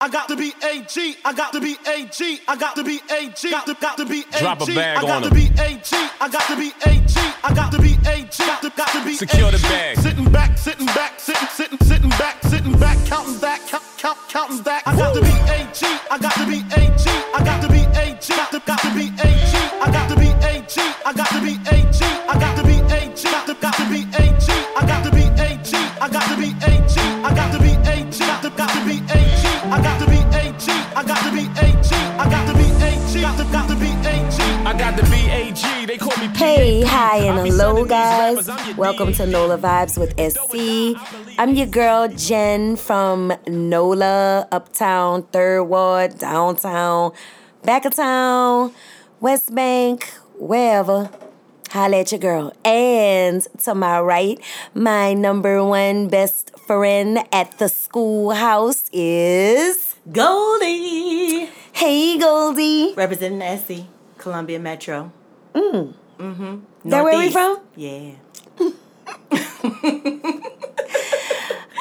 I got to be AG. I got to be AG. I got to be AG. Got to, got to be AG. Drop a bag I got on to him. be AG. I got to be AG. I got to be AG. Got to, got to be Secure the AG. bag. Sitting back, sitting back, sitting, sitting, sitting back, sitting back, counting back, count, count, counting back. I got to be AG. I got to be AG. I got to be AG. Got to, got to be AG. I got to be AG. I got to be AG. I got to be AG. Got to, got to be AG. I got to be AG. I got to be AG. I got to be AG. Got to, got to be AG. I got to be AG. I got to be AG. I got to be AG. Got to, got to be AG. I got the BAG, they call me Hey, PAG. high I be and signing low, these guys. rappers, I'm your Welcome to DAG. NOLA Vibes with SC. I'm your girl, Jen from NOLA, Uptown, Third Ward, Downtown, Back of Town, West Bank, wherever. Holla at your girl. And to my right, my number one best friend at the schoolhouse is. Goldie. Hey, Goldie. Representing SC, Columbia Metro. Mm. Mm-hmm. That where we from? Yeah.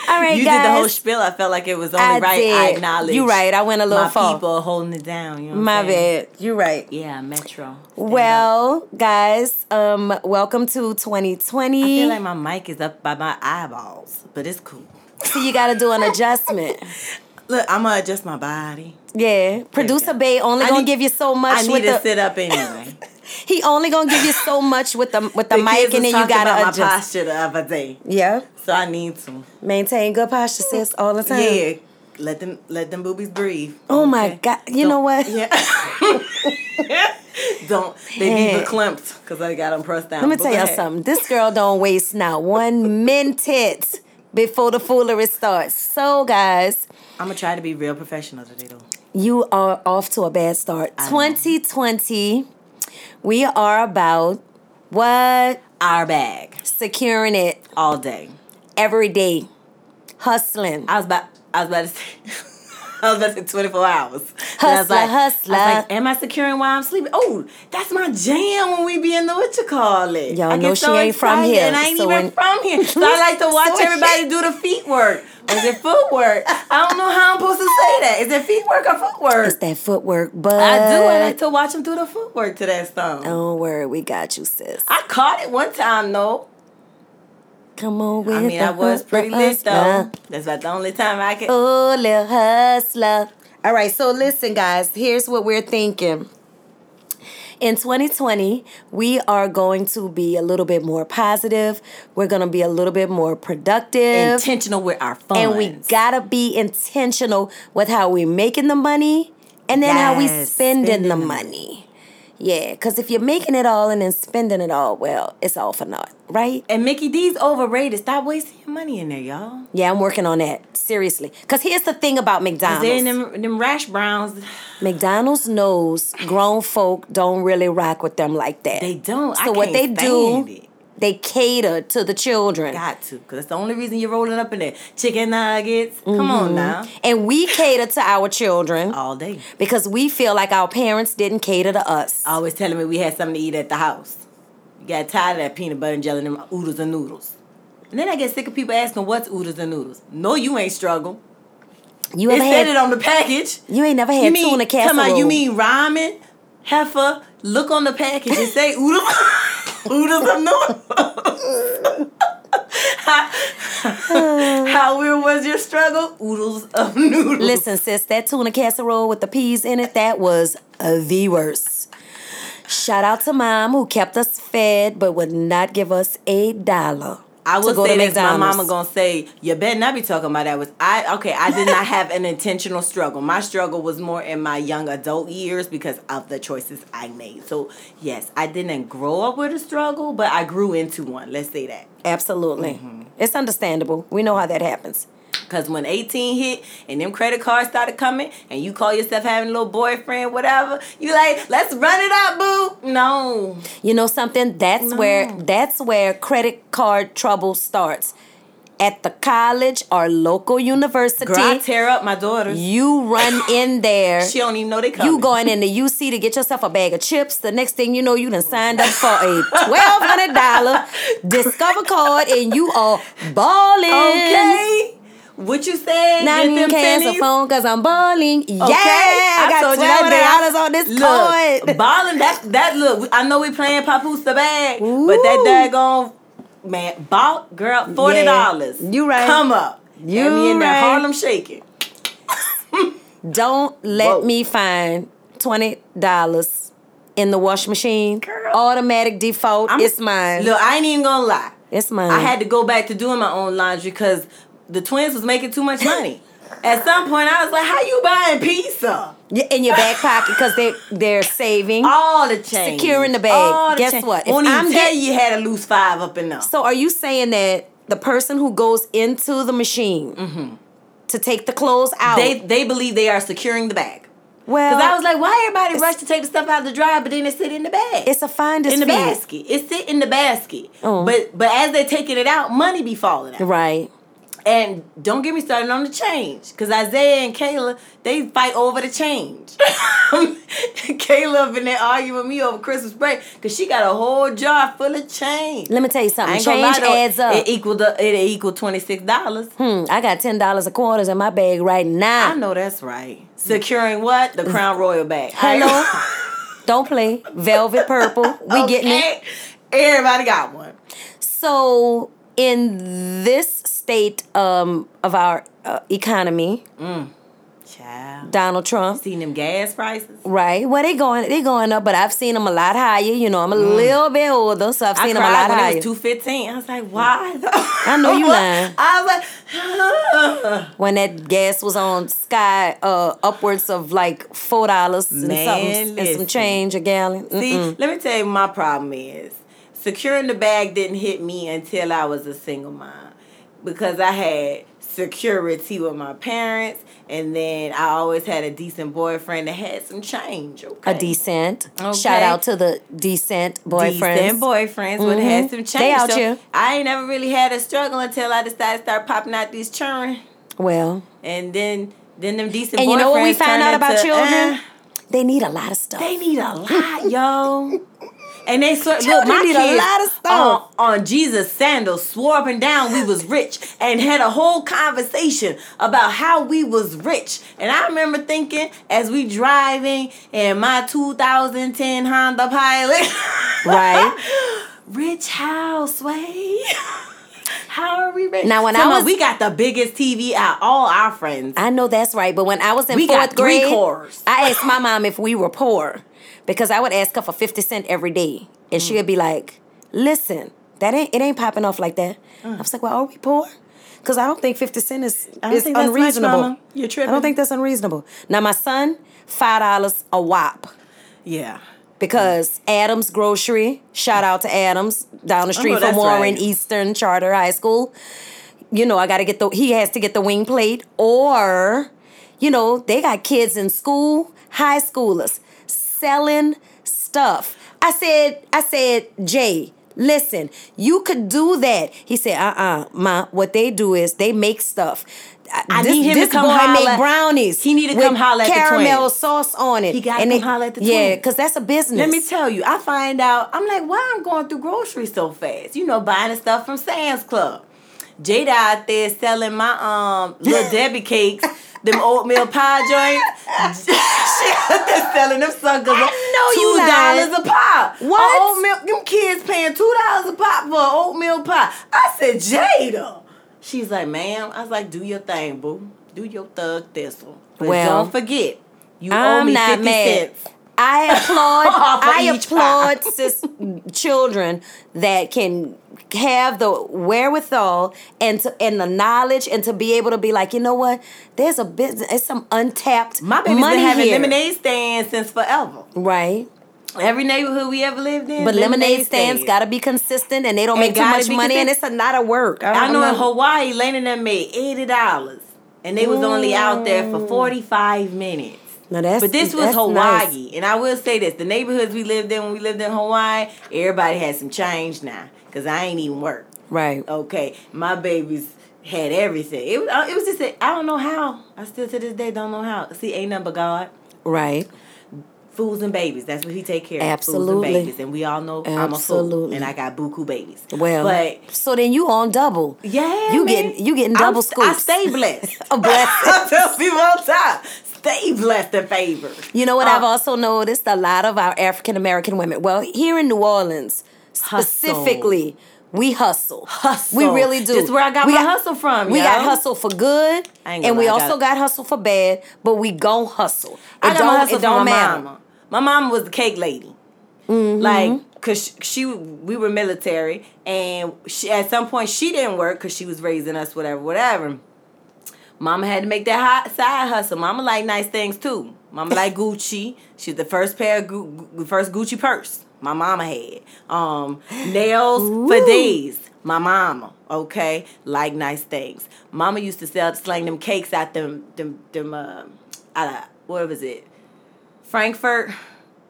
All right, you guys. did the whole spiel. I felt like it was only I right. I did. acknowledge. You right, I went a little my far. people holding it down. You know what My I'm saying? bad. You're right. Yeah, Metro. Stand up. Well, guys, um, welcome to I 2020. feel like my mic is up by my eyeballs, but it's cool. so you got to do an adjustment. Look, I'm gonna adjust my body. Yeah, producer go. Bay only I gonna need- give you so much I need with to the. sit up anyway. He only gonna give you so much with the with the, mic, kids and then was you talking about gotta my adjust. posture the other day, Yeah, so I need to. maintain good posture, sis, all the time. Yeah, let them let them boobies breathe. Oh my okay? God! You know what? Yeah. Don't they Heck. be clumped because I got them pressed down. Let me But tell go y'all ahead. something. This girl don't waste not one minute before the foolery starts. So, guys, I'm gonna try to be real professional today though. you are off to a bad start. know. 2020, we are about what? Our bag Securing it all day. every day, hustling. I was about. I was about to say. I was about to say 24 hours. And I was Hustler, like, hustler. I was like, am I securing while I'm sleeping? Oh, that's my jam when we be in the what you call it. Y'all I know get she ain't from excited here, And I ain't so even when- from here. So I like to watch So- everybody do the feet work. Is it footwork? I don't know how I'm supposed to say that. Is it feet work or footwork? It's that footwork, but Oh. I do. I like to watch him do the footwork to that song. Don't worry, we got you, sis. I caught it one time though. Come on with I mean, I the was pretty lit hustler. though. That's about the only time I could. Oh, little hustler. All right, so listen, guys, here's what we're thinking. In 2020, we are going to be a little bit more positive. We're going to be a little bit more productive. Intentional with our funds. and we gotta be intentional with how we're making the money and then how we Yes, spending, spending the the money. Yeah, because if you're making it all and then spending it all, well, it's all for naught, right? And Mickey D's overrated. Stop wasting your money in there, y'all. Yeah, I'm working on that seriously. Because here's the thing about McDonald's. Then them, them rash browns, McDonald's knows grown folk don't really rock with them like that. they don't. So I what they can't do, stand It. they cater to the children, Got to, cause that's the only reason you're rolling up in there. Chicken nuggets. Come Mm-hmm. on now. and we cater to our children All day. because we feel like our parents didn't cater to us. Always telling me we had something to eat at the house. You got tired of that peanut butter and jelly and them oodles and noodles. And then I get sick of people asking, what's oodles and noodles? No, you ain't struggle. You It ever had said it on the package. You ain't never had tuna come casserole. on, you mean ramen, heifer? Look on the package and say oodles, oodles and noodles. how, how real was your struggle? Oodles of noodles. Listen, sis, that tuna casserole with the peas in it, that was uh, the worst. Shout out to mom who kept us fed but would not give us a dollar. I to will go say to this: my McDonald's. mama gonna say, "You better not be talking about that." Was I okay? I did not have an intentional struggle. My struggle was more in my young adult years because of the choices I made. So yes, I didn't grow up with a struggle, but I grew into one. Let's say that. Absolutely. Mm-hmm. It's understandable. We know how that happens. Cause when eighteen hit and them credit cards started coming, and you call yourself having a little boyfriend, whatever, you like, let's run it up, boo. No, You know something? That's where No. that's where credit card trouble starts. At the college or local university, girl, I tear up my daughter. you run in there. She don't even know they coming. You going in the UC to get yourself a bag of chips. The next thing you know, you done signed up for a twelve hundred dollar Discover card, and you are balling. Okay. What you said? Now Get you them cancel pennies? phone because I'm balling. Yeah, Okay, I, got told you that twelve dollars on this look, card. Ballin, that that look. I know we playing Papoose the bag, but Ooh. that daggone man bought girl forty dollars. Yeah, you right. Come up. You and me in right. that Harlem shaking. Don't let Whoa. me find twenty dollars in the wash machine. Girl. Automatic default. I'm- it's mine. Look, I ain't even gonna lie. it's mine. I had to go back to doing my own laundry because the twins was making too much money. At some point, I was like, "How you buying pizza? Y- in your back pocket because they they're saving. All the change, Secure in the bag. All the Guess change. what? If Won't even I'm tell get- you you had to lose five up and up. So are you saying that the person who goes into the machine to take the clothes out? Mm-hmm. They they believe they are securing the bag. well, Cause I was like, why everybody rush to take the stuff out of the dryer, but then it sit in the bag. it's a finder's in the fee. basket. It sit in the basket. Oh. But but as they taking it out, money be falling out. Right. And don't get me started on the change. Cause Isaiah and Kayla, they fight over the change. Kayla up in there arguing with me over Christmas break. Cause she got a whole jar full of change. Let me tell you something. gonna Change though, adds up. It equaled up, it equaled twenty six dollars. Hmm, I got ten dollars a quarters in my bag right now. I know that's right. Securing what? The Crown Royal bag. Hello. Don't play velvet purple. We getting it. Okay. Everybody got one. So in this state um, of our uh, economy, Child. Donald Trump. Seen them gas prices? Right. Well, they going they going up, but I've seen them a lot higher. You know, I'm a little bit older, so I've Mm. I seen them a cried lot when higher. it was two fifteen. I was like, why? I know you lying. I was like, when that gas was on sky, uh, upwards of like four dollars and Man, something, and some listen. change a gallon. Mm. see, let me tell you, what my problem is securing the bag didn't hit me until I was a single mom because I had security with my parents, and then I always had a decent boyfriend that had some change. Okay? A decent. Shout Okay. out to the decent boyfriends. Mm-hmm. Decent boyfriends would have had some change. They out so here. I ain't never really had a struggle until I decided to start popping out these children. Well, And then then them decent and boyfriends you know what we turn found out about into, children? eh, they need a lot of stuff. they need a lot, yo. And they swear, look, Children my need a kids lot of stuff. On, on Jesus sandals swore up and down we was rich and had a whole conversation about how we was rich. And I remember thinking as we driving in my 2010 Honda Pilot, right. rich house way. How are we rich? Now, when I Somehow was- we got the biggest TV out all our friends. I know that's right, but when I was in We got fourth three grade, cars. I asked my mom if we were poor because I would ask her for 50 cent every day. And Mm. she would be like, listen, that ain't it ain't popping off like that. I was like, well, are we poor? Because I don't think 50 cent is, Mm. I don't is think that's much, unreasonable. Mama. You're I don't tripping. think that's unreasonable. Now, my son, $5 a wop Yeah. because Adams Grocery, shout out to Adams down the street Oh, from that's Warren right. Eastern Charter High School. You know, I got to get the he has to get the wing plate or you know, they got kids in school, high schoolers selling stuff. I said I said, "Jay, listen, you could do that." He said, "Uh-uh, ma, what they do is they make stuff." Uh, I need him to come boy holla- make brownies. He need to with come holla at the caramel twins. sauce on it. He gotta And come they- holla at the Yeah, twins. because that's a business. Let me tell you, I find out, I'm like, why I'm going through groceries so fast? You know, buying the stuff from Sam's Club. Jada out there selling my um little Debbie cakes, them oatmeal pie joints. she out there selling them suckers. know you Two dollars a pop. What? A oatmeal, them kids paying two dollars a pop for an oatmeal pie. I said, Jada. She's like, ma'am. I was like, do your thing, boo. Do your thug thistle. But Well, don't forget, you owe I'm me not 50 mad. cents. I For applaud. I each pie. applaud sis, children that can have the wherewithal and to, and the knowledge and to be able to be like, you know what? There's a business. It's some untapped My baby's money been having here. lemonade stands since forever. right? Every neighborhood we ever lived in. But lemonade stands gotta be consistent, and they don't And make too gotta much be money, and it's a lot of work. I know in not- Hawaii, Lane and them made eighty dollars, and they was only out there for forty five minutes. Now Mm. that's- but this was that's Hawaii, nice. and I will say this: the neighborhoods we lived in when we lived in Hawaii, everybody had some change now, cause I ain't even work. right? Okay, my babies had everything. It was uh, it was just a, I don't know how. I still to this day don't know how. See, ain't nothing but God. Right. fools and babies. That's what he take care of. Absolutely. Fools and babies. And we all know I'm a fool. Absolutely. And I got buku babies. Well, But so then you on double. yeah. you man. getting you getting double I'm, scoops. I stay blessed. A blessing. I tell people all the time. Stay blessed and favored. You know what I've Uh, also noticed a lot of our African American women. Well, here in New Orleans, specifically, we hustle. Hustle. We really do. This where I got my hustle from, We yo. got hustle for good, I and ain't gonna we lie, I also got- got hustle for bad. But we gon' hustle. It I got don't. my hustle it from don't my matter. Mm-hmm. mama. My mama was the cake lady. Like, cause she, she we were military, and she at some point she didn't work because she was raising us, whatever, whatever. Mama had to make that hot side hustle. Mama like nice things too. Mama like Gucci. She's the first pair of Gu- Gu- first Gucci purse my mama had. Um, nails for days. My mama, okay, like nice things. Mama used to sell sling them cakes out them them them uh, out of, what was it? Frankfurt,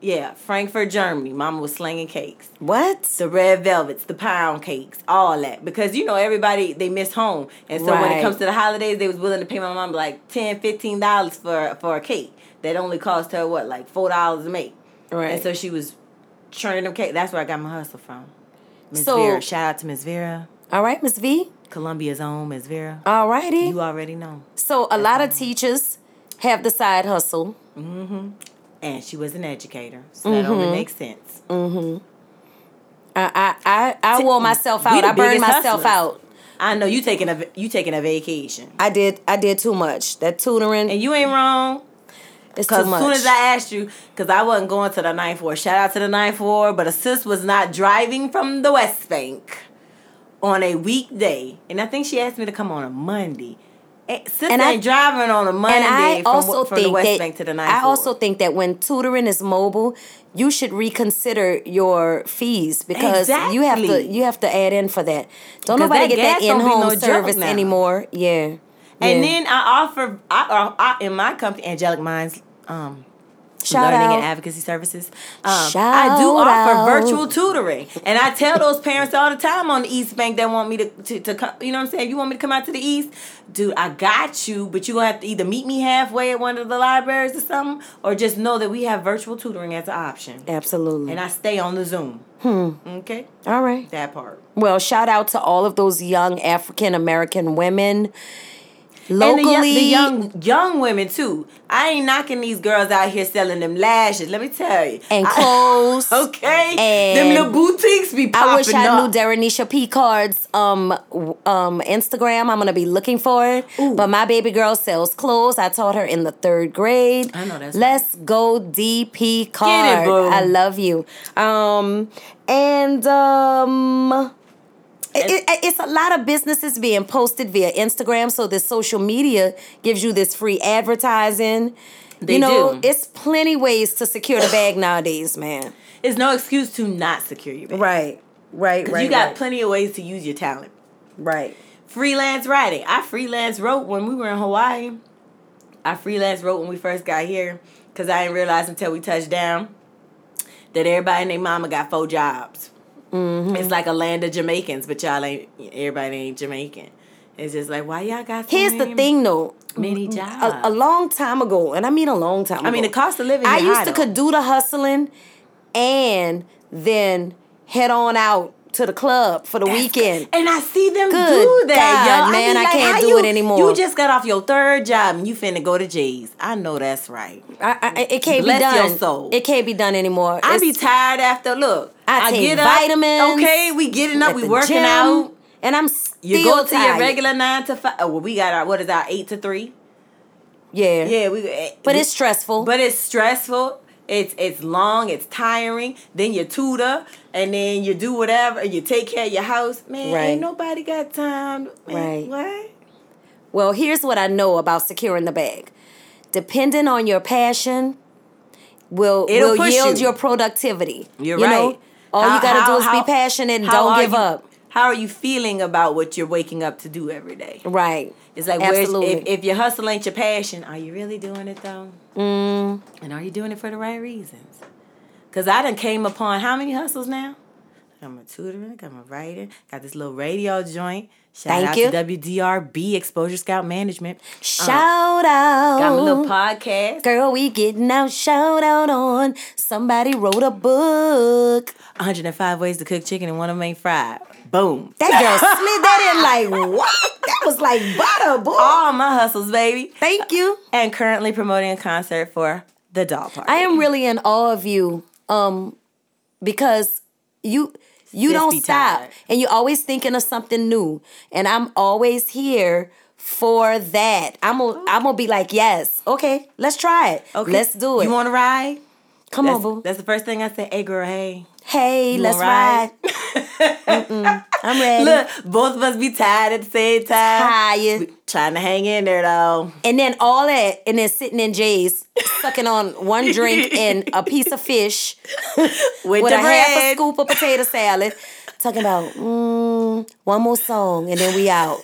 yeah, Frankfurt, Germany. Mama was slinging cakes What? the red velvets, the pound cakes, all that. Because you know everybody they miss home. And so when Right. it comes to the holidays, they was willing to pay my mom like 10 dollars for for a cake that only cost her what like four dollars to make. Right. And so she was churning them cake. That's where I got my hustle from. Miss So- Vera. Shout out to Miss Vera. All right, Miss V. Columbia's own Miss Vera. All righty. You already know. So a lot of teachers have the side hustle. And she was an educator. So that Mm-hmm. only makes sense. I I I, I wore myself we out. the I burned biggest myself hustlers. out. I know you taking a you taking a vacation. I did I did too much. That tutoring And you ain't wrong. is too Because much. as soon as I asked you, because I wasn't going to the 9th floor, shout out to the 9th floor, but a sis was not driving from the West Bank on a weekday. And I think she asked me to come on a Monday. And sis And I- ain't driving on a Monday and I from, also from think the West that Bank to the 9th I floor. also think that when tutoring is mobile, you should reconsider your fees because you have to Exactly. you have to add in for that. Don't 'Cause nobody that get that gas don't in be home no joke service now. anymore. Yeah. And Yeah. then I offer, I, I, I, in my company, Angelic Minds, um, shout learning out. and advocacy services. Um, Shout I do out. offer virtual tutoring, and I tell those parents all the time on the East Bank that want me to to, to come. You know what I'm saying? You want me to come out to the East, dude? I got you, but you gonna have to either meet me halfway at one of the libraries or something, or just know that we have virtual tutoring as an option, Absolutely. and I stay on the Zoom. Hmm. Okay, All right. that part. Well, shout out to all of those young African American women locally. and the, young, the young young women too. I ain't knocking these girls out here selling them lashes. Let me tell you. And I- clothes, okay. and- them little boutiques be popping I wish I up. knew Derenisha P. Card's um w- um Instagram. I'm gonna be looking for it. But my baby girl sells clothes. I taught her in the third grade. I know that's Let's go DP Card. boo. I love you. Um and um. It, it, it's a lot of businesses being posted via Instagram, so this social media gives you this free advertising. They you know, do. it's plenty ways to secure the bag nowadays, man. It's no excuse to not secure your bag. Right, right, 'Cause you got plenty of ways to use your talent. right. Freelance writing. I freelance wrote when we were in Hawaii. I freelance wrote when we first got here because I didn't realize until we touched down that everybody and their mama got four jobs. Mm-hmm. It's like a land of Jamaicans, but y'all ain't, everybody ain't Jamaican. It's just like, why y'all got so Here's the many- thing, though. Many A, a jobs. long time ago, and I mean a long time ago. I mean, the cost of living I is used high, to though. could do the hustling and then head on out to the club for the weekend. And I see them Good do that, God, yo. man, be I like, can't how do you- it anymore. You just got off your third job and you finna go to J's. I know that's right. I, I, it can't Bless be done. your soul. It can't be done anymore. I be It's- tired after. Look, I take Up, vitamins okay, we getting up, at we the working gym, out. and I'm still You go to tired. your regular nine to five. Oh, well, we got our what is our eight to three? yeah. Yeah, we. eh, But we- it's stressful. but it's stressful. It's it's long. It's tiring. Then you tutor, and then you do whatever, and you take care of your house. Man, Right. ain't nobody got time. Man, Right. What? Well, here's what I know about securing the bag. Depending on your passion, will It'll will push yield you. your productivity. You're You know? right. All How- you gotta how- do is how- be passionate and how don't are give you- up. How are you feeling about what you're waking up to do every day? Right. It's like where's, absolutely. if, uh, if your hustle ain't your passion, are you really doing it though? Mm. And are you doing it for the right reasons? Cause I done came upon how many hustles now? got my tutoring, got my writing, got this little radio joint. Shout Thank you. out to WDRB Exposure Scout Management. Shout out. Got my little podcast. Girl, we getting out. Shout out on somebody wrote a book. 105 ways to cook chicken and one of them ain't fried. Boom. That girl slid that in like what? That was like butter, boy. All my hustles, baby. Thank you. And currently promoting a concert for the doll party. I am really in awe of you, um, because you you Sis don't be stop tired. and you're always thinking of something new, and I'm always here for that. I'm gonna I'm gonna be like, yes, okay, let's try it. Okay, let's do it. You want to ride? Come that's, on, boo. That's the first thing I say. Hey, girl, hey. Hey, let's wanna ride? ride. Mm-mm, I'm ready. Look, both of us be tired at the same time. Tired. Trying to hang in there, though. And then all that, and then sitting in J's, sucking on one drink and a piece of fish With, with the a half a bread. scoop of potato salad. Talking about mm, one more song and then we out.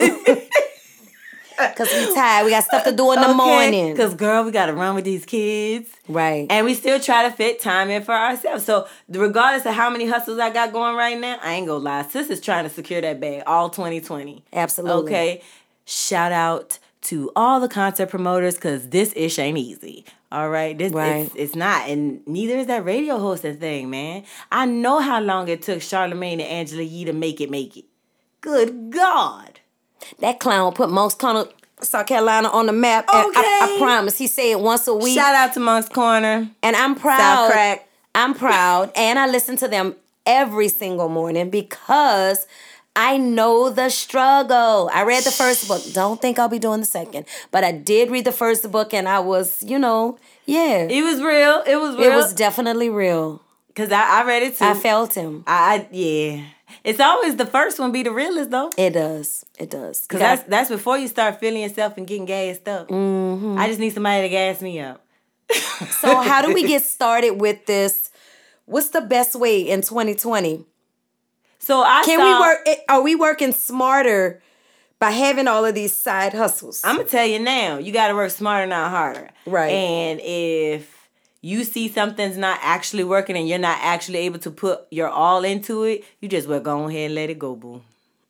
Cause we tired. We got stuff to do in the morning. Because, girl, we got to run with these kids. right. And we still try to fit time in for ourselves. So regardless of how many hustles I got going right now, I ain't gonna lie. Sis is trying to secure that bag all 2020. Absolutely. Okay. Shout out to all the concert promoters because this ish ain't easy. All right. This Right. It's, it's not. And neither is that radio hosting thing, man. I know how long it took Charlamagne and Angela Yee to make it make it. Good God. that clown put most Corner, South Carolina on the map. And I, Okay. I promise he say it once a week. Shout out to Monk's Corner. And I'm proud. South Crack. I'm proud. and I listen to them every single morning because I know the struggle. I read the first book. Don't think I'll be doing the second. But I did read the first book and I was, you know, yeah. It, It was real. It was real. was definitely real. because I, I read it too. I felt him. I, I yeah. It's always the first one be the realest though. It does. It does. Cause that's that's before you start feeling yourself and getting gassed up. Mm-hmm. I just need somebody to gas me up. so how do we get started with this? What's the best way in 2020? So I Can saw, we work it- are we working smarter by having all of these side hustles? I'm gonna tell you now. You gotta work smarter, not harder. Right. And if you see something's not actually working and you're not actually able to put your all into it, you just well go ahead and let it go, boo.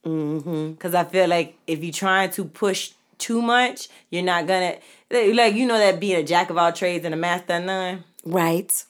Mm-hmm. Because I feel like if you're trying to push too much, you're not gonna like you know that being a jack of all trades and a master of none. right.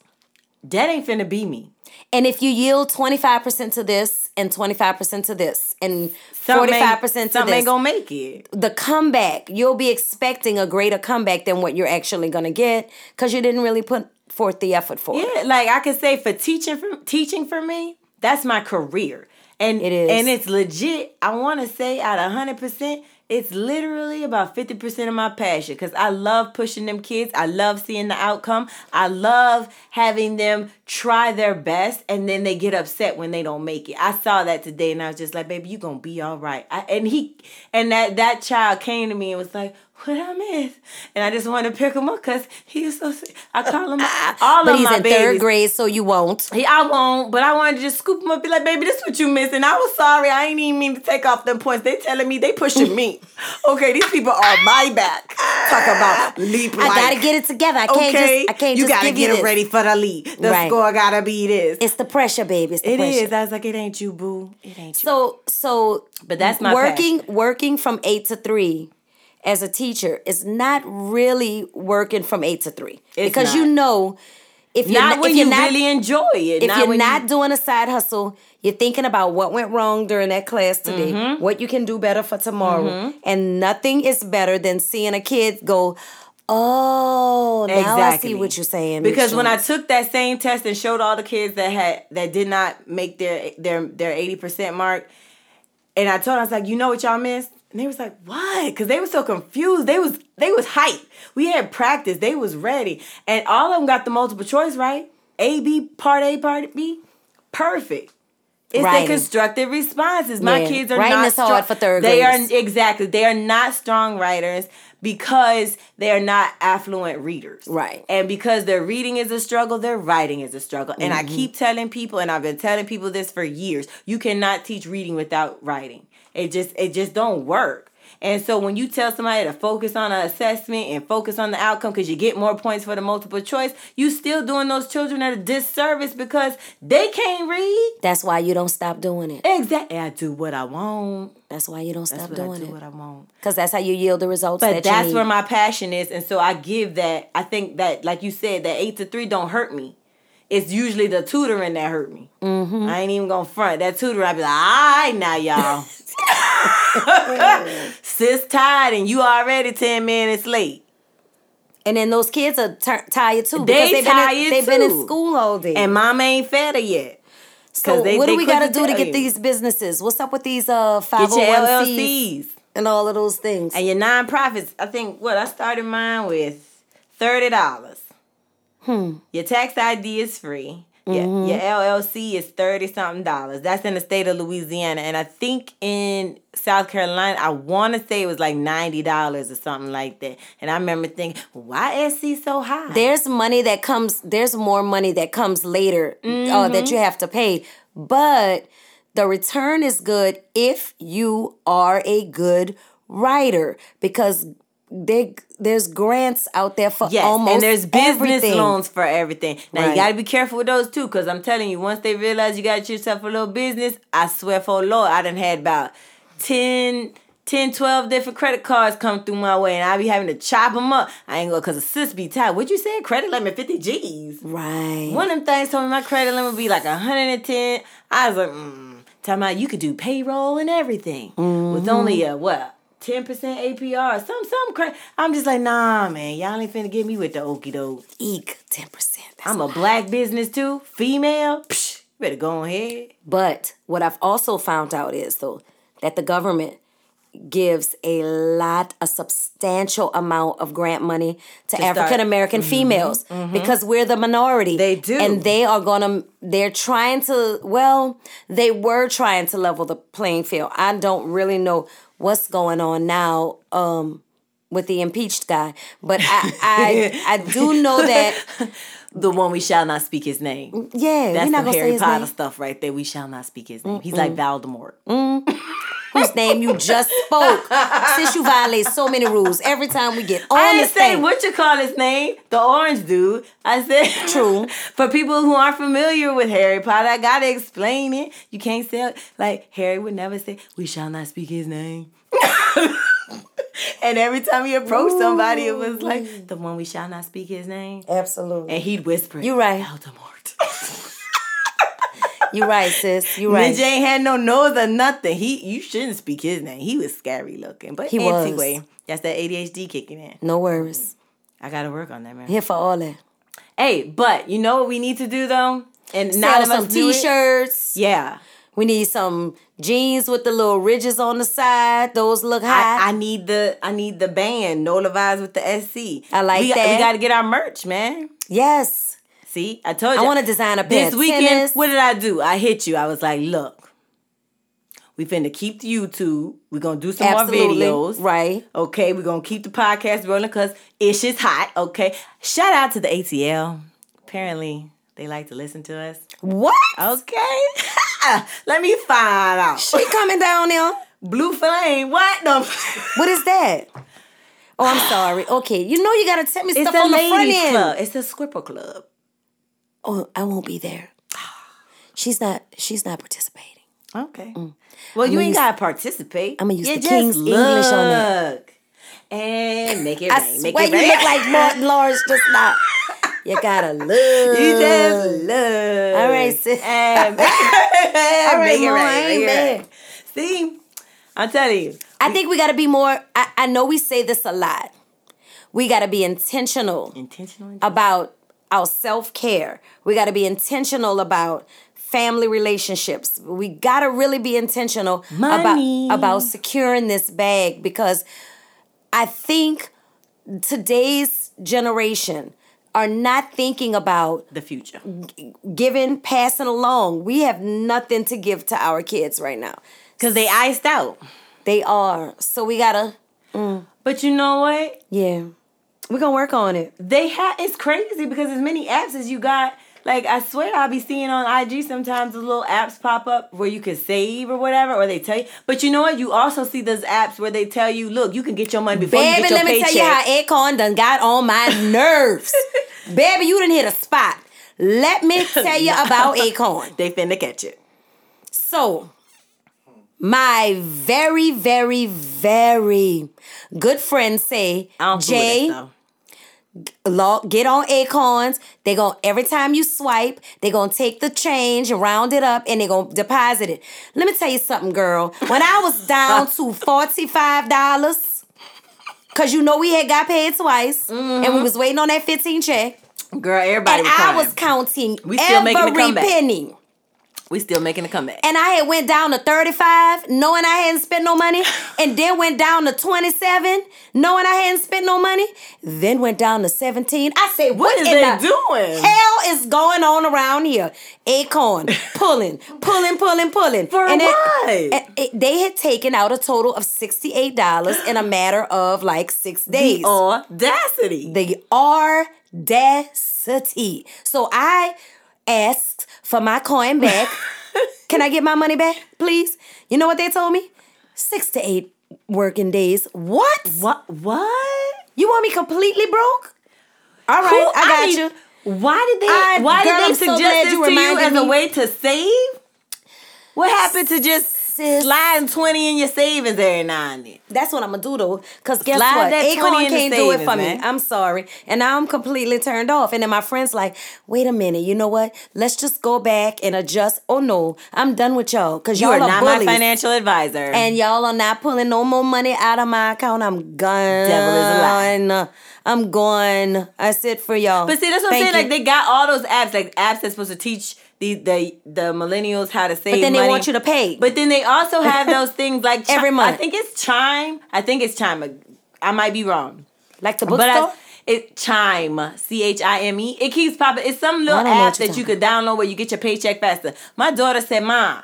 That ain't finna be me. And if you yield 25% to this and 25% to this and Something ain't- 45% to something this, ain't gonna make it. the comeback, you'll be expecting a greater comeback than what you're actually going to get because you didn't really put forth the effort for it. Yeah, like I could say for teaching for teaching for me, that's my career. And It is. and it's legit. I want to say at hundred percent, it's literally about fifty percent of my passion because I love pushing them kids. I love seeing the outcome. I love having them try their best, and then they get upset when they don't make it. I saw that today, and I was just like, "Baby, you gonna be all right." I, and he and that that child came to me and was like. What I miss, and I just wanted to pick him up because he was so. Sick. I call him all But of he's my in babies. third grade, so you won't. Yeah, I won't, but I wanted to just scoop him up, be like, baby, this what you missing. I was sorry. I ain't even mean to take off them points. They telling me they pushing me. okay, these people are on my back. Talk about leap. I like, gotta get it together. I can't okay, just I can't you just gotta give get you it this. ready for the lead. The Right. score gotta be this. It's the pressure, baby. It's the It pressure. is. I was like, it ain't you, boo. It ain't you. So so But that's my working working from 8 to 3 as a teacher is not really working from 8 to 3 It's because not. you know if you're not not, when if you're you not really enjoy it. if you're when not you, doing a side hustle, you're thinking about what went wrong during that class today, Mm-hmm. what you can do better for tomorrow. And nothing is better than seeing a kid go, Oh, now I see what you're saying. Miss Because when I Jones." took that same test and showed all the kids that had that did not make their their their eighty percent mark, and I told them, I was like, you know what y'all missed? And they was like, what? Because they were so confused. They was they was hype. We had practice. They was ready, and all of them got the multiple choice right. A B part A part B, perfect. It's Writing. the constructive responses. My Yeah. kids are Writing not is hard strong- for third They are graders. exactly. They are not strong writers because they are not affluent readers. Right. And because their reading is a struggle, their writing is a struggle. And Mm-hmm. I keep telling people, and I've been telling people this for years, you cannot teach reading without writing. It just it just don't work. And so when you tell somebody to focus on an assessment and focus on the outcome because you get more points for the multiple choice, you still doing those children a disservice because they can't read. That's why you don't stop doing it. Exactly. I do what I want. That's why you don't That's stop what I doing do it. what I want. Because that's how you yield the results But that you that's need. where my passion is, and so I give that. I think that, like you said, that eight to three don't hurt me. It's usually the tutoring that hurt me. Mm-hmm. I ain't even gonna front that tutor. I be like, all right, now y'all, sis tired, and you already ten minutes late. and then those kids are tur tired too. because They they've been in- tired They've been in too. school all day. And mama ain't fed her yet. so they- what they do we quick got to do to tell get you. these businesses? What's up with these uh Get your 501c's LLCs and all of those things? and your nonprofits. I think what I started mine with thirty dollars. Your tax ID is free. Yeah, your LLC is thirty something dollars. That's in the state of Louisiana, and I think in South Carolina, I want to say it was like ninety dollars or something like that. And I remember thinking, why SC so high? there's money that comes there's more money that comes later uh, Mm-hmm. that you have to pay but the return is good if you are a good writer because they, there's grants out there for Yes, almost and there's business everything. loans for everything. Now Right. you gotta be careful with those too, because I'm telling you, once they realize you got yourself a little business, I swear for Lord, I done had about 10, 10, 12 different credit cards come through my way, and I be having to chop them up. I ain't gonna, cause a sis be tired. What you saying? Credit limit fifty G's. right One of them things told me my credit limit would be like 110. I was like, mm. talking about you could do payroll and everything with only a what? 10% APR, some some cra I'm just like, nah, man, y'all ain't finna get me with the okie doke. eek 10% That's I'm a black business too, female. Psh, you better go ahead. But what I've also found out is though that the government gives a lot, a substantial amount of grant money to, start- Mm-hmm. African American females because we're the minority. They do. and they are gonna. They're trying to. Well, they were trying to level the playing field. I don't really know what's going on now. Um. With the impeached guy, but I I, I do know that The one we shall not speak his name. yeah, That's we're not some gonna Harry say his Potter name. stuff right there. We shall not speak his name. He's like Voldemort. whose name you just spoke. Since you violate so many rules every time we get on I this didn't say thing. what you call his name, the orange dude. I said True. For people who aren't familiar with Harry Potter, I gotta explain it. You can't say like Harry would never say, "We shall not speak his name." and every time he approached somebody, it was like the one we shall not speak his name, Absolutely. and he'd whisper, You right. Voldemort." You right, sis. You Right. right. Ninja ain't had no nose or nothing. He, you shouldn't speak his name. He was scary looking, but He was. anyway, that's that ADHD kicking in. No worries. I gotta work on that, man. Here for all that. Hey, but you know what we need to do though, and Sell not some t-shirts. Yeah, We need some jeans with the little ridges on the side. Those look high. I, I need the I need the band Nola Vibes with the SC. I like we, We that. gotta get our merch, man. yes. See, I told you. I want to design a pair this of weekend. tennis. What did I do? I hit you. I was like, look, we finna keep the YouTube. We're gonna do some Absolutely. more videos, Right. Okay, we're gonna keep the podcast rolling because ish is hot. Okay, shout out to the ATL. Apparently, they like to listen to us. What? Uh, Okay, let me find out. She coming down there. Blue flame, what? No, What is that? Oh, I'm sorry. Okay. You know you got to tell me it's stuff a on the front ladies end. club. It's a squirrel club. Oh, I won't be there. She's not she's not participating. Okay. Well, Mm. you I'ma ain't use- gotta participate. I'ma use You the just King's English on that. look And make it I rain. Make swear it you rain. look like Martin Lawrence just now. You gotta look. you just look. All right, sis. And make All it right, Ma, I rain. ain't Make it rain. mad. See, I'm telling you. I think we gotta be more. I, I know we say this a lot. We gotta be intentional Intentional. Oh. about our self care. We gotta be intentional about family relationships. We gotta really be intentional Money. about about securing this bag because I think today's generation are not thinking about The future. giving, passing along. We have nothing to give to our kids right now. Because they iced out. They are. So we gotta, But you know what? yeah. We're gonna work on it. They had it's crazy because as many apps as you got, Like I swear, I'll be seeing on IG sometimes the little apps pop up where you can save or whatever, or they tell you. But you know what? You also see those apps where they tell you, look, you can get your money before you Baby, get your let me paycheck. tell you how Akon done got on my nerves. Baby, you didn't hit a spot. Let me tell you about Akon. they finna catch it. So, my very, very, very good friend say, I don't fool with Jay, that stuff. lo- get on Acorns. They gon' every time you swipe, they gonna take the change, round it up, and they gonna deposit it. Let me tell you something, girl. When I was down to forty five dollars, cause you know we had got paid twice, and we was waiting on that fifteen check, girl. Everybody, and Mm-hmm. was I crying. was counting We still making the every comeback. penny. we still making a comeback. And I had went down to 35, knowing I hadn't spent no money, and then went down to 27, knowing I hadn't spent no money, then went down to 17. I said, what, is in they the doing? Hell is going on around here. Acorn, pulling, pulling, pulling, pulling. For and it- what? and it- they had taken out a total of $68 in a matter of like six days. The audacity. The audacity. So I asked for my coin back. Can I get my money back, please? You know what they told me? Six to eight working days. What? what? What? You want me completely broke? All right, Who- I got need- you. Why did they? I- why girl, did they I'm so suggest glad this you to you reminded as a me. way to save? What happened to just Sis. sliding twenty in your savings every now and then? That's what I'm gonna do though. Cause guess Slide what? that 20 Acorn in the can't do it for savings, me. man. I'm sorry. And now I'm completely turned off. And then my friend's like, wait a minute, you know what? Let's just go back and adjust. Oh no, I'm done with y'all. Cause You all are not bullies. my financial advisor. And and y'all are not pulling no more money out of my account. I'm gone. Devil is a lie. I'm gone. That's it for y'all. but see, that's what I'm Thank saying. Like you. they got all those apps, like apps that's supposed to teach the the the millennials how to save. but then money. they want you to pay. But then they also have those things like Chi- Every I month. think it's Chime. I think it's Chime. I might be wrong. like the But bookstore. I, it chime C H I M E. It keeps popping. It's some little I don't know app what you're that you could download where you get your paycheck faster. My daughter said, "Mom,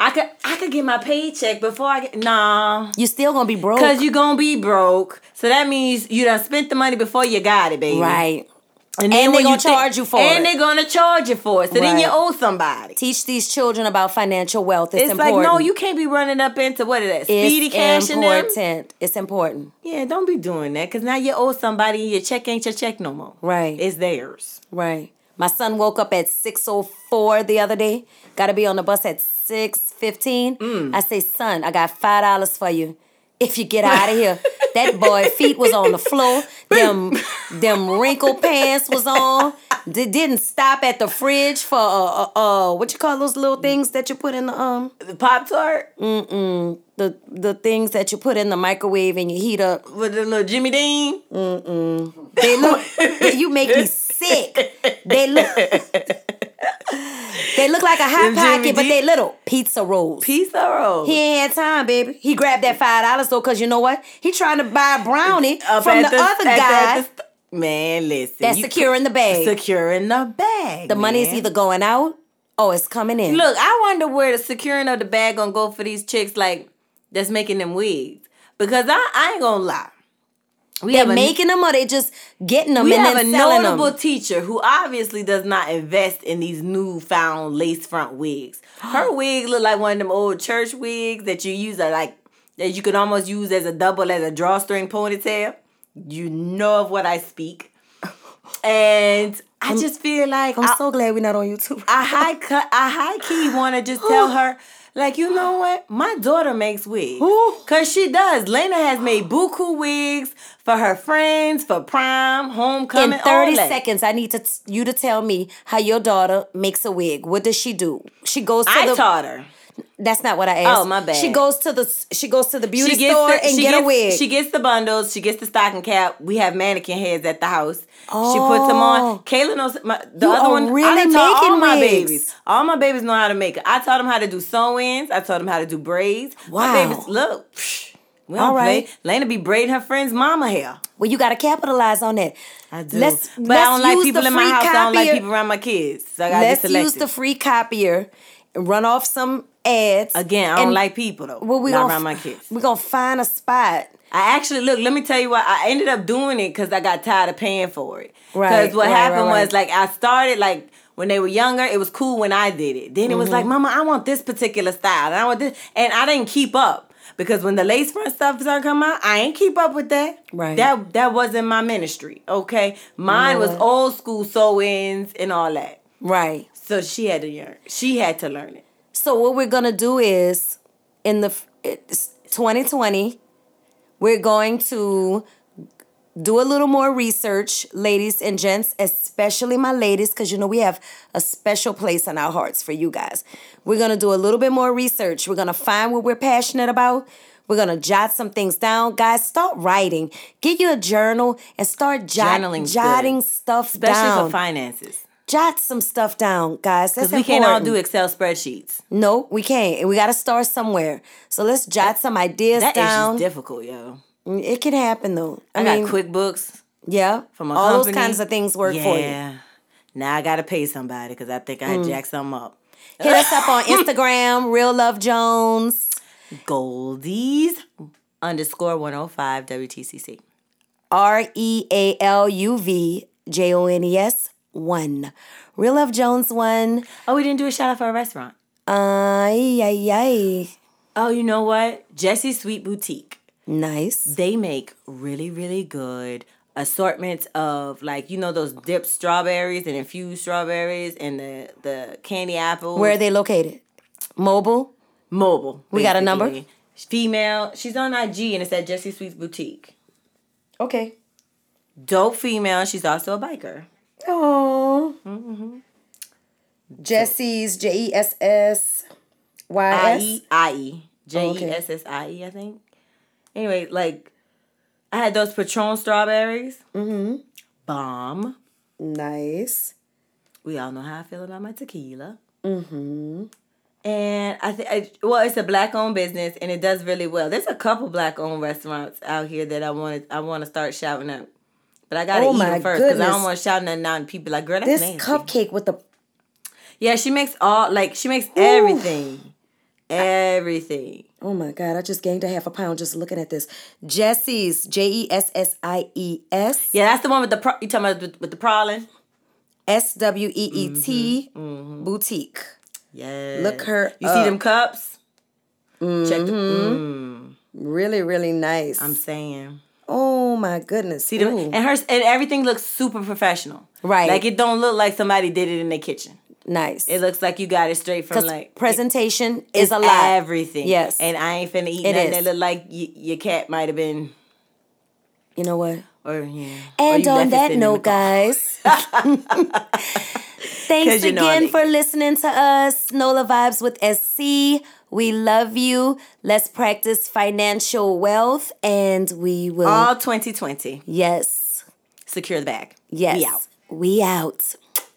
I could I could get my paycheck before I get no, You're still gonna be broke. cause you gonna be broke. So that means you done spent the money before you got it, baby. right. And, And they when gonna thi- charge you for and it. they're gonna charge you for it. So then you Right. owe somebody. Teach these children about financial wealth. It's, It's important. like no, you can't be running up into what is that? Speedy it's cash and them. important. It's important. Yeah, don't be doing that, cause now you owe somebody and your check ain't your check no more. Right. It's theirs. Right. My son woke up at 6.04 the other day. Got to be on the bus at 6.15. Mm. I say, son, I got $5 for you if you get out of here. that boy feet was on the floor. Them, them wrinkled pants was on. They didn't stop at the fridge for, uh, uh, uh, what you call those little things that you put in the, um, The Pop Tart. the, the things that you put in the microwave and you heat up. with the little Jimmy Dean. They look. you make me sick. They look. They look like a hot Them Jimmy pocket, but G- they little pizza rolls. Pizza roll. he ain't had time, baby. He grabbed that five dollars though, cause you know what? He trying to buy a brownie from the, other guy man, listen. that's you- securing the bag. Securing the bag. the money is man. either going out or it's coming in. Look, I wonder where the securing of the bag gonna go for these chicks like that's making them wigs. Because I, I ain't gonna lie. We they're have a- making them or they just getting them we and have a then selling them. notable teacher who obviously does not invest in these newfound lace front wigs. Her wig look like one of them old church wigs that you use are like that you could almost use as a double as a drawstring ponytail. You know of what I speak, and I just feel like I'm I, so glad we're not on YouTube. I high cut, I high key want to just tell her. Like you know what, my daughter makes wigs, Ooh. cause she does. Lena has made buku wigs for her friends, for prom, homecoming. in 30 all that. seconds i need to t- you to tell me how your daughter makes a wig what does she do she goes to I the taught her. that's not what i asked Oh, my bad. she goes to the she goes to the beauty store and she get gets, a wig She gets the bundles. She gets the stocking cap. We have mannequin heads at the house. She puts them on. Oh. Kayla knows my, the You other are one. I really done taught all making my wigs. babies. All my babies know how to make it. I taught them how to do sew-ins. I taught them how to do braids. Wow. My babies, look. psh, we don't All right. play. Lena be braiding her friend's mama hair. well you got to capitalize on that I do. let's, but let's I don't like use people the in my free house. I don't like copier- people around my kids. So I got let's just selected. use the free copier and run off some ads Again, I don't and- like people though. well, we not gonna, around my kids. we're gonna find a spot I actually look. Let me tell you why I ended up doing it because I got tired of paying for it. Right, Because what right, happened right, right. was like I started like when they were younger, it was cool when I did it. Then it was Mm-hmm. like, Mama, I want this particular style. And I want this and I didn't keep up. Because when the lace front stuff started coming out, I ain't keep up with that. Right. That that wasn't my ministry. Okay. Mine was what? old school sew ins and all that. Right. So she had to learn. She had to learn it. So what we're gonna do is in the f- it's 2020, we're going to do a little more research, ladies and gents, especially my ladies, because you know we have a special place in our hearts for you guys. We're gonna do a little bit more research. We're gonna find what we're passionate about. We're gonna jot some things down. Guys, start writing. Get you a journal and start jot- Journaling's good. jotting stuff Especially down. for finances. jot some stuff down, guys. That's Because we can't all important. do Excel spreadsheets. No, we can't. And we got to start somewhere. So let's jot some ideas That is down. Mm, just difficult, yo. it can happen though. I, I, mean, got QuickBooks yeah, from a all those company. kinds of things work for you. Yeah. Now I gotta pay somebody because I think Mm. I jacked something up. Hit us up on Instagram, Real Love Jones. Goldies underscore 105 WTCC. R E A L U V J O N E S one. Real Love Jones one. Oh, we didn't do a shout out for a restaurant. Ay, ay, ay. Oh, you know what? Jesse's Sweet Boutique. Nice. They make really, really good assortments of like, you know, those dipped strawberries and infused strawberries and the, the candy apples. Where are they located? Mobile? mobile. We got a number? basically. Female. She's on IG and it's at Jessie Sweets Boutique. Okay. Dope female. She's also a biker. Oh. Mm-hmm. Jesse's J E S S Y I-E, S. I-E. Oh, E okay. J-E-S-S-I-E, E I think. Anyway, like, I had those Patron strawberries. Mm-hmm. Bomb. Nice. We all know how I feel about my tequila. Mm-hmm. And I think, well, it's a black-owned business, and it does really well. There's a couple black-owned restaurants out here that I want to, I want to start shouting out. But I gotta Oh eat my them first because I don't goodness. want to shout nothing out and people be like, girl, that's This nasty. cupcake with the yeah, she makes all like she makes everything, everything. oh my god, I just gained a half a pound just looking at this. Jesse's J E S S I E S Yeah, that's the one with the pro- you talking about with, with the prowling. S W E E T Mm-hmm. boutique. Yeah. Look her You see up. them Mm-hmm. cups? Check the, mm, Really, really nice. I'm saying. oh my goodness. See them Ooh. and hers and everything looks super professional. Right. Like it don't look like somebody did it in the kitchen. nice. It looks like you got it straight from 'Cause like presentation is it's a lot. Everything. Yes. And I ain't finna eat It nothing is. that look like y- your cat might have been you know what? or yeah. or And you on left it that sitting in the note, car. guys. Thanks 'Cause you know I again like for it. listening to us. Nola Vibes with SC. We love you. Let's practice financial wealth and we will. all 2020. yes. Secure the bag. Yes. We out. We out.